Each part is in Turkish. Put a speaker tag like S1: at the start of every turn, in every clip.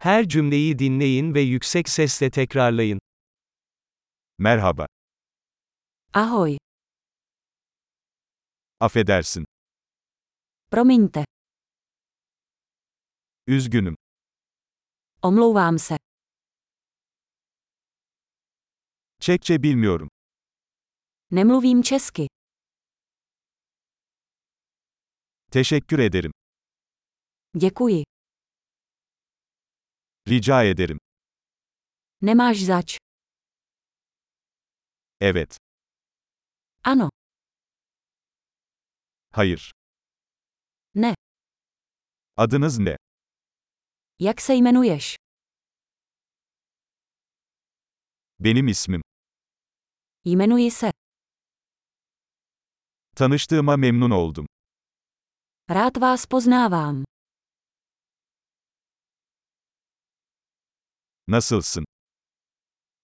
S1: Her cümleyi dinleyin ve yüksek sesle tekrarlayın.
S2: Merhaba.
S3: Ahoj,
S2: Affedersin.
S3: promiňte,
S2: Üzgünüm.
S3: omlouvám se,
S2: Çekçe bilmiyorum.
S3: nemluvím česky,
S2: Teşekkür ederim.
S3: děkuji,
S2: Rica ederim.
S3: nemáš zač,
S2: Evet.
S3: ano,
S2: Hayır.
S3: ne,
S2: Adınız ne?
S3: jak se jmenuješ,
S2: Benim ismim.
S3: jmenuji se,
S2: Tanıştığıma memnun oldum.
S3: rád vás poznávám,
S2: Nasılsın?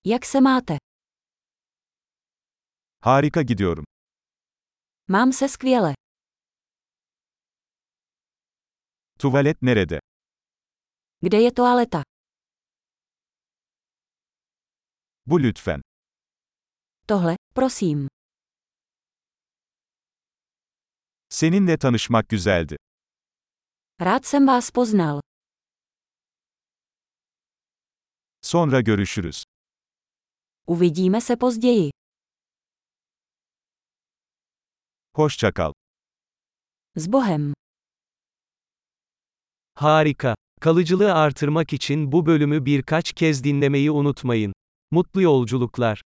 S3: jak se máte,
S2: Harika gidiyorum.
S3: mám se skvěle,
S2: Tuvalet nerede?
S3: kde je toaleta,
S2: Bu lütfen.
S3: tohle, prosím,
S2: Seninle tanışmak güzeldi.
S3: rád jsem vás poznal,
S2: Sonra görüşürüz.
S3: uvidíme se později,
S2: Hoşça kal.
S3: s Bohem.
S1: Harika. Kalıcılığı artırmak için bu bölümü birkaç kez dinlemeyi unutmayın. Mutlu yolculuklar.